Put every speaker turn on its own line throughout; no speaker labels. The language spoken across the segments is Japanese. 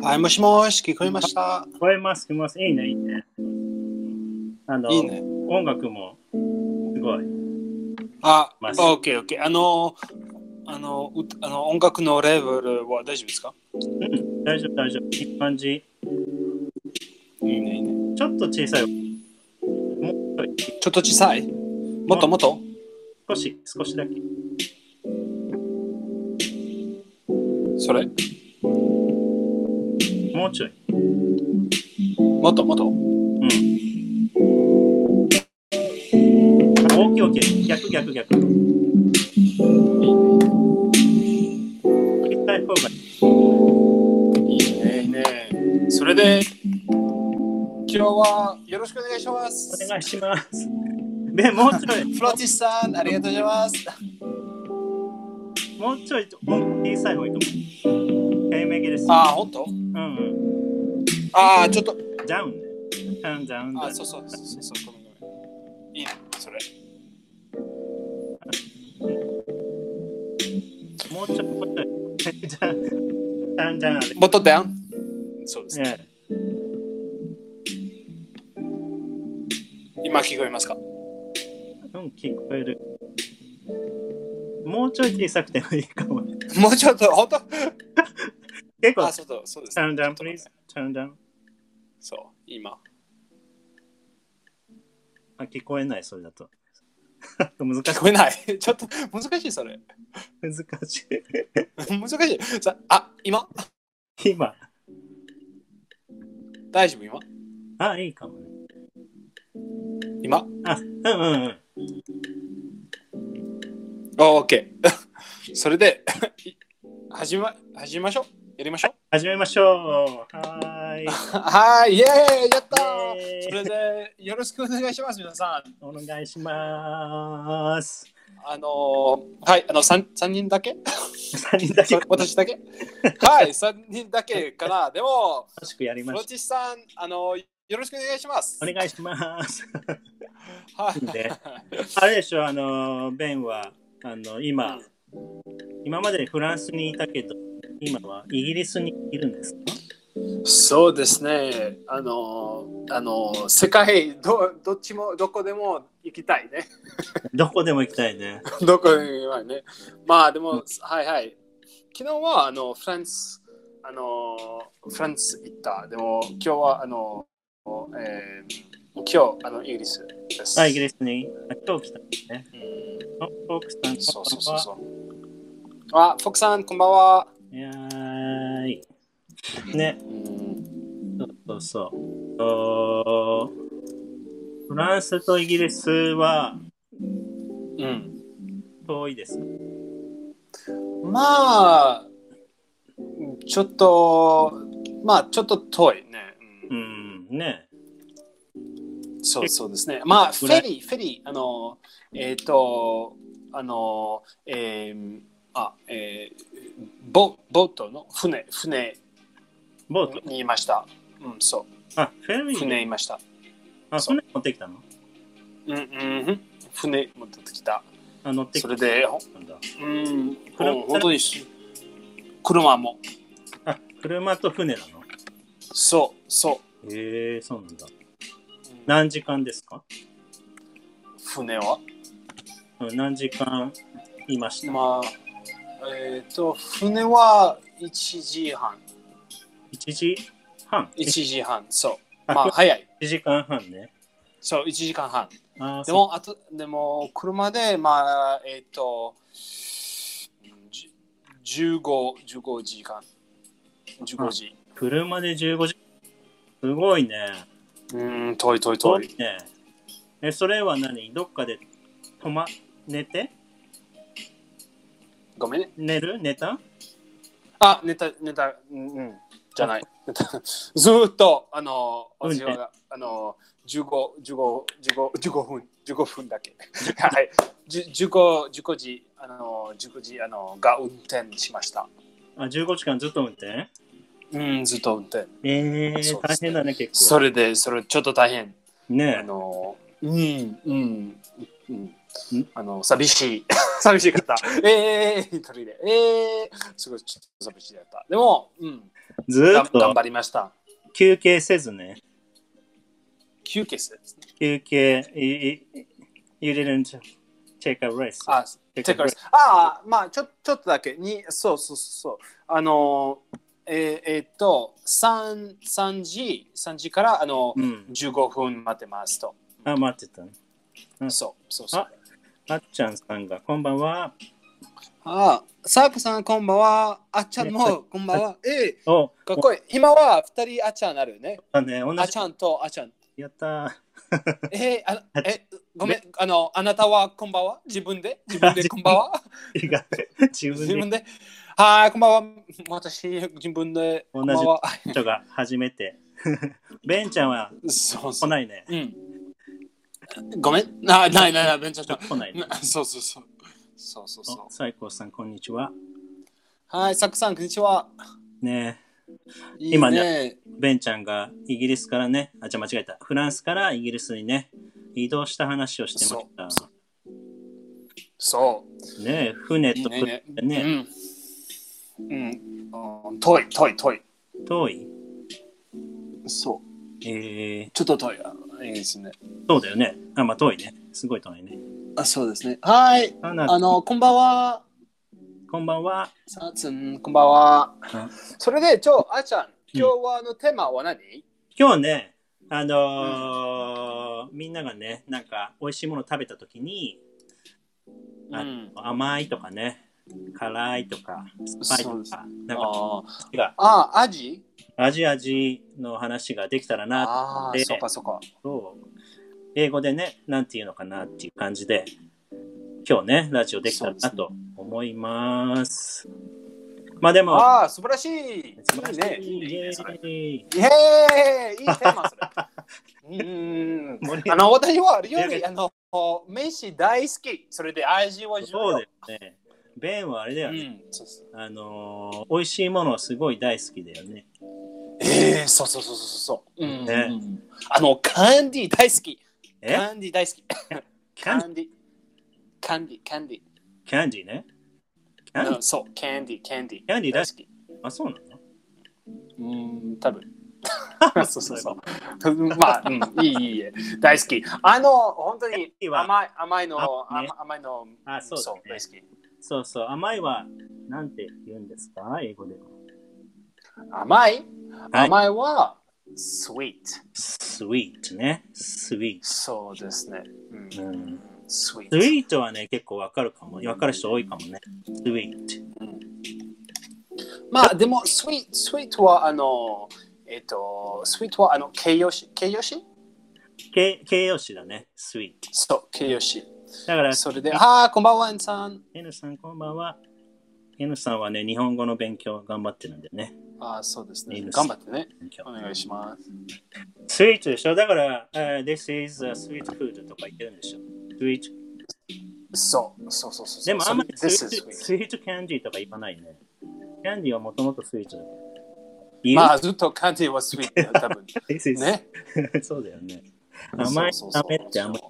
はい、もしもし、聞こえました。
聞こえます、聞こえます。いいね、いいね。あの、
いいね。
音楽もすごい。
あ、オ
まあ
ッケーオッケー。あの、あの、うあの音楽のレベルは大丈夫ですか
大丈夫、大丈夫。いい感じ。
いいね、いいね。
ちょっと小さい。もうちょい
ちょっと小さいもっともっと
少し、少しだけ。
それ
もうちょい。
もっともっと
うん。大きい大きい。逆逆逆。小さい方がい
い
い。
いね、いいね。それで、今日はよろしくお願いします。
お願いします。で、もうちょい。
フロティスさん、ありがとうございます。
もうちょい音小さい方がいいと思う。平めぎです。
あ、本当
うんうん。
あー、ちょっと。
ダウンね。ダウンダウンダウ
あ、
ン。
そうそう、そうそうそう、ごめんごめん。いいね、それ。
もうちょい、もうちょい。じゃあ、だんだんあれ。
もっとダウンそうです。
え
今聞こえますか
え、うん、聞こえる。もうちょい小さくてもいいかも。
もうちょっと、本当
結構
あ、、そうだ、そうです。
turn down please。turn down。
そう、今。
あ、聞こえない、それだと。 難し
聞こえない。ちょっと難しい、それ。
い。難し
難しい。さあ、今
い。今。
大丈夫、今
あ、いいかもね。
今
あ、うんうんうん。
おー、OK。それで、 始ま、始めましょう。やりましょう。
始めましょう。はーい。
はい、イエーイやった
イエー
ー
イ
それで、よろしくお願いします、皆さん。
お願いします。
あのー、はい、あの、3, 三人だけ
3人だけ
そ
楽
私だけはい、3人だけかな。で も、
しくやり
プ
ま
ロ
し
チスさん、あのー、よろしくお願いします。
た。お願いします。
はい。
であれでしょ、あの、ベンは、あの、今、今までフランスにいたけど、今はイギリスにいるんですか
そうですね。あの、あの、世界ど、どっちも、どこでも行きたいね。
どこでも行きたいね。
どこでも行きたいね。まあ、でも、はいはい。昨日は、あの、フランス、あの、フランス行った。でも、今日は、あの、えー今日、あの、イギリスです。
あ、イギリスに。あ今日来たんですね。
うん
あフォークさん、
そうそう
こん
そう
ばん
そう。あ、
は
フォックさん、こんばんは。
いやーい。ね、
うん
そうそうそうおー。フランスとイギリスは
うん。
遠いです。
まあ、ちょっと、まあ、ちょっと遠いね。
う
うん
ん、ね。
そうそうですね。まあ、フ
ぐら
ェ
い
リー、フェリー、あの、えっ、と、あの、えー、あ、えー、ボボートの船、船
ボート。
にいました。うん、そ
あ、フェ
う、
リー
船い
ね。
ました。
あ、
そう
船持ってきたの
うん、うんうん、船持ってきた。
あ、乗ってき
それで、ほ
たんだ。
うん、
車
ほん本当にし、車も。
あ、車と船なの
そう、そ
へえー、そうなんだ。
う。うん
何時間ですか
船は
うん何時間いました
まあ、えっ、と、船は1時半。
1時半
1時半、そう。
あ
まあ、早い。
1時間半ね。
そう、1時間半。
あー
でも、あと、でも、車で、まあ、えっ、と、じ15、15時間。15時。
そう車で15時間。すごいね。
うん、遠い遠い遠い。
ね。え、それは何どっかで泊ま、寝て
ごめんね。
寝る寝た
あ、寝た、寝た、うん、うんじゃない。 寝たずーっと、あの、
運
私
転
は、あの、15、15、15、15分、15分だけ。はい。じゅ15、15時、あの、15時、あの、が運転しました。
あ、15時間ずっと運転
うん、ずっと運転。
えー、
そうで
大
すね
変だね、結
そ
構。
れで、それ、ちょっと大変。あ
ね
の、うん、うん、うん
ん。
あの、寂しい。 寂しい方。ええー、一人で。ええー、すごい、ちょっと寂しいだった。でも、うん。
ずー
がん
っ
頑
と
張りました。
休憩せずね、
休憩するですね。
休憩、いい you didn't take a rest.
あ、
Take a
チェックですあーまあちょ、ちょっとだけに、そうそうそうそう。あのー、えーえーっと3、3時、3時からあの、
うん。
15分待ってますと。
あ、待ってたね。うん
そうそうそう。
あっちゃんさんが、こんばんは。
ああ、サープさんこんばんは。あっちゃん
ね
もこんばんは。ええ
お、
かっこいい。今は2人あっちゃんなるね。
あね、同じ
あっちゃんとあっちゃん。
やった
えー、あ
あっち
えごめん、あの、あなたはこんばんは自分で自分でこんばんは
ー。違う。自
自
分
分
で
ではい、こんばんは。私、自分でこんばんは。
人が初めて。ベンちゃんは
そうそ
来
う。
ないね。
うん。ごめん。なないないない、ベンチャー
来ないね。
そうそうそう。そうそうそ
おサイコーさん、こんにちは。
う。はい、サクさん、こんにちは。
ね
いい
今
ね。
ベンちゃんがイギリスからね、あ、じゃ間違えた。フランスからイギリスにね、移動した話をしてまし
そうそう。
た。ね船
いい
と
ねね
船でね、
うん。うん。遠い、遠い、遠い。
遠い。
そう。
えー、
ちょっと遠い。あいいですね。
そうだよね。あ、まあ遠いね。すごい遠いね。
あ、そうですね。はい。
あな
あの、こんばんは。
こんばんは。
さつん、こんばんは
うん。
それで、ちょ、あーちゃん、今日はあのテーマは何、
今日ね、あのーみんながね、なんか美味しいもの食べたときに、
うん、
あ甘いとかね、辛いとか、酸っぱいとか、なんか
あー
違う
あー、アジ
味味の話ができたらな
ああ、
で
そっかそっか。
と、英語でね、なんていうのかなっていう感じで、今日ね、ラジオできたらなと思います。まあでも、
ああ、素晴らしい。いいね。いいねそれ
イエーイ
イエーイいいテーマそれ。うーん
盛り
あの私は料
いやい
理
や
あの飯大好き。それで味は重
そ
要
うだ。よね。ベンはあれだよ
う
ね。
んそうそう
あのー美味しいものすごい大好きだよね。
ええそうそうそうそうそう。うん
ね
うんあのカンディ大好き。
え
カンディ大好き。
キャ
カ
ン
ンディ。カンディ、カンディ。
キャンディーね。キャンディ
うんそう、キャンディ、キャンディ。
キャンディ大
大
好
好き。
ーあ、そうなの
うん、多 分。そうそうそう。まあ、うん、いい、いいいい、大好き。あの、本当に
いいわ
甘い、甘いの、
あね
甘甘いの、
あそうだね
大好き。
そうそう。甘いは、なんて言うんですか英語で。
甘い
はい
甘いは、sweet。
sweet ね。sweet。
そうですね。うん
うん
sweet。
sweet はね、結構わかるかも。わかる人多いかもね。sweet。
まあ、でも、sweet、sweet は、あの、えっと、sweet は、あの、形容詞、形容詞
け形容詞だね。sweet。
そう、形容詞。
だから、
それで、ああ、こんばんは、エンさん。
N さんこんばんは。N さんはね、日本語の勉強頑張ってるんだよね。
ああ、そうです
いい
ね。
です
頑張ってね。
勉強
お願いします。
sweet でしょだから、えー This is a sweet food とか言ってるんでしょ sweet
そう、そうそうそうそう。
でもあんまりスイ
This
ー
is
ト
sweet.
スイートキャンディーとか言わないね。キャンディーはもともとスイートだ。い
まあ、ずっとカンディはスイー トだ、多分。
ね、
ね。
そうだよね。甘い
そうそうそう
ダメって甘い。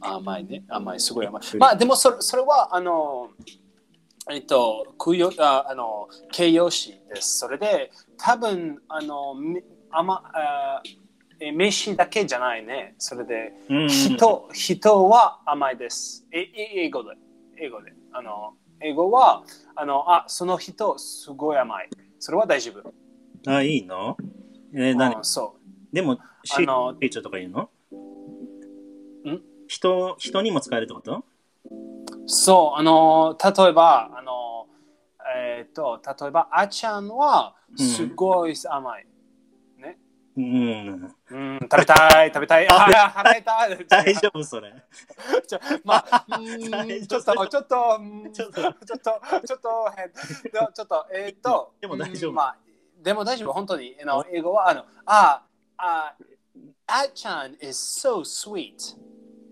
甘いね。甘い、すごい甘い。まあ、でもそれ、それは、あの、えっと、くよああの形容詞です。それで、多分、あの、み甘あえ名詞だけじゃないね。それで、
うんうん
人、人は甘いです。え、え英語で。英語で。あの、英語は、あの、あ、その人、すごい甘い。それは大丈夫。
あ、いいのえー、
う
何
んそう。
でも、シ
あ
ー
の
ト、ピーチョとか言うの
ん
人人にも使えるってこと
そう、あの、例えば、あの、えーっと、例えば、あちゃんはすごい甘い。
うん。
うん、食べたい、食べたい、あー、食べたい。
大丈夫それ。
ちょまあ、 うーんちょっと、ちょっと、うんち
ち
ょ
ょ
っ
っ
と
と、
ちょっと、ちょっと変、でもちょっと、えーっと、
でも大丈夫
うんまあ、でも大丈夫、本当に、あの英語は、あの、あ、あ、あちゃん is so sweet。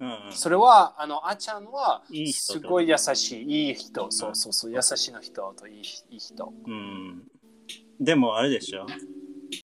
うんうん。
それはあのあちゃんはい
い人
す
と
ごい優しいいい人そうそうそう優しいの人といいいい人
うん、でも、あれでしょ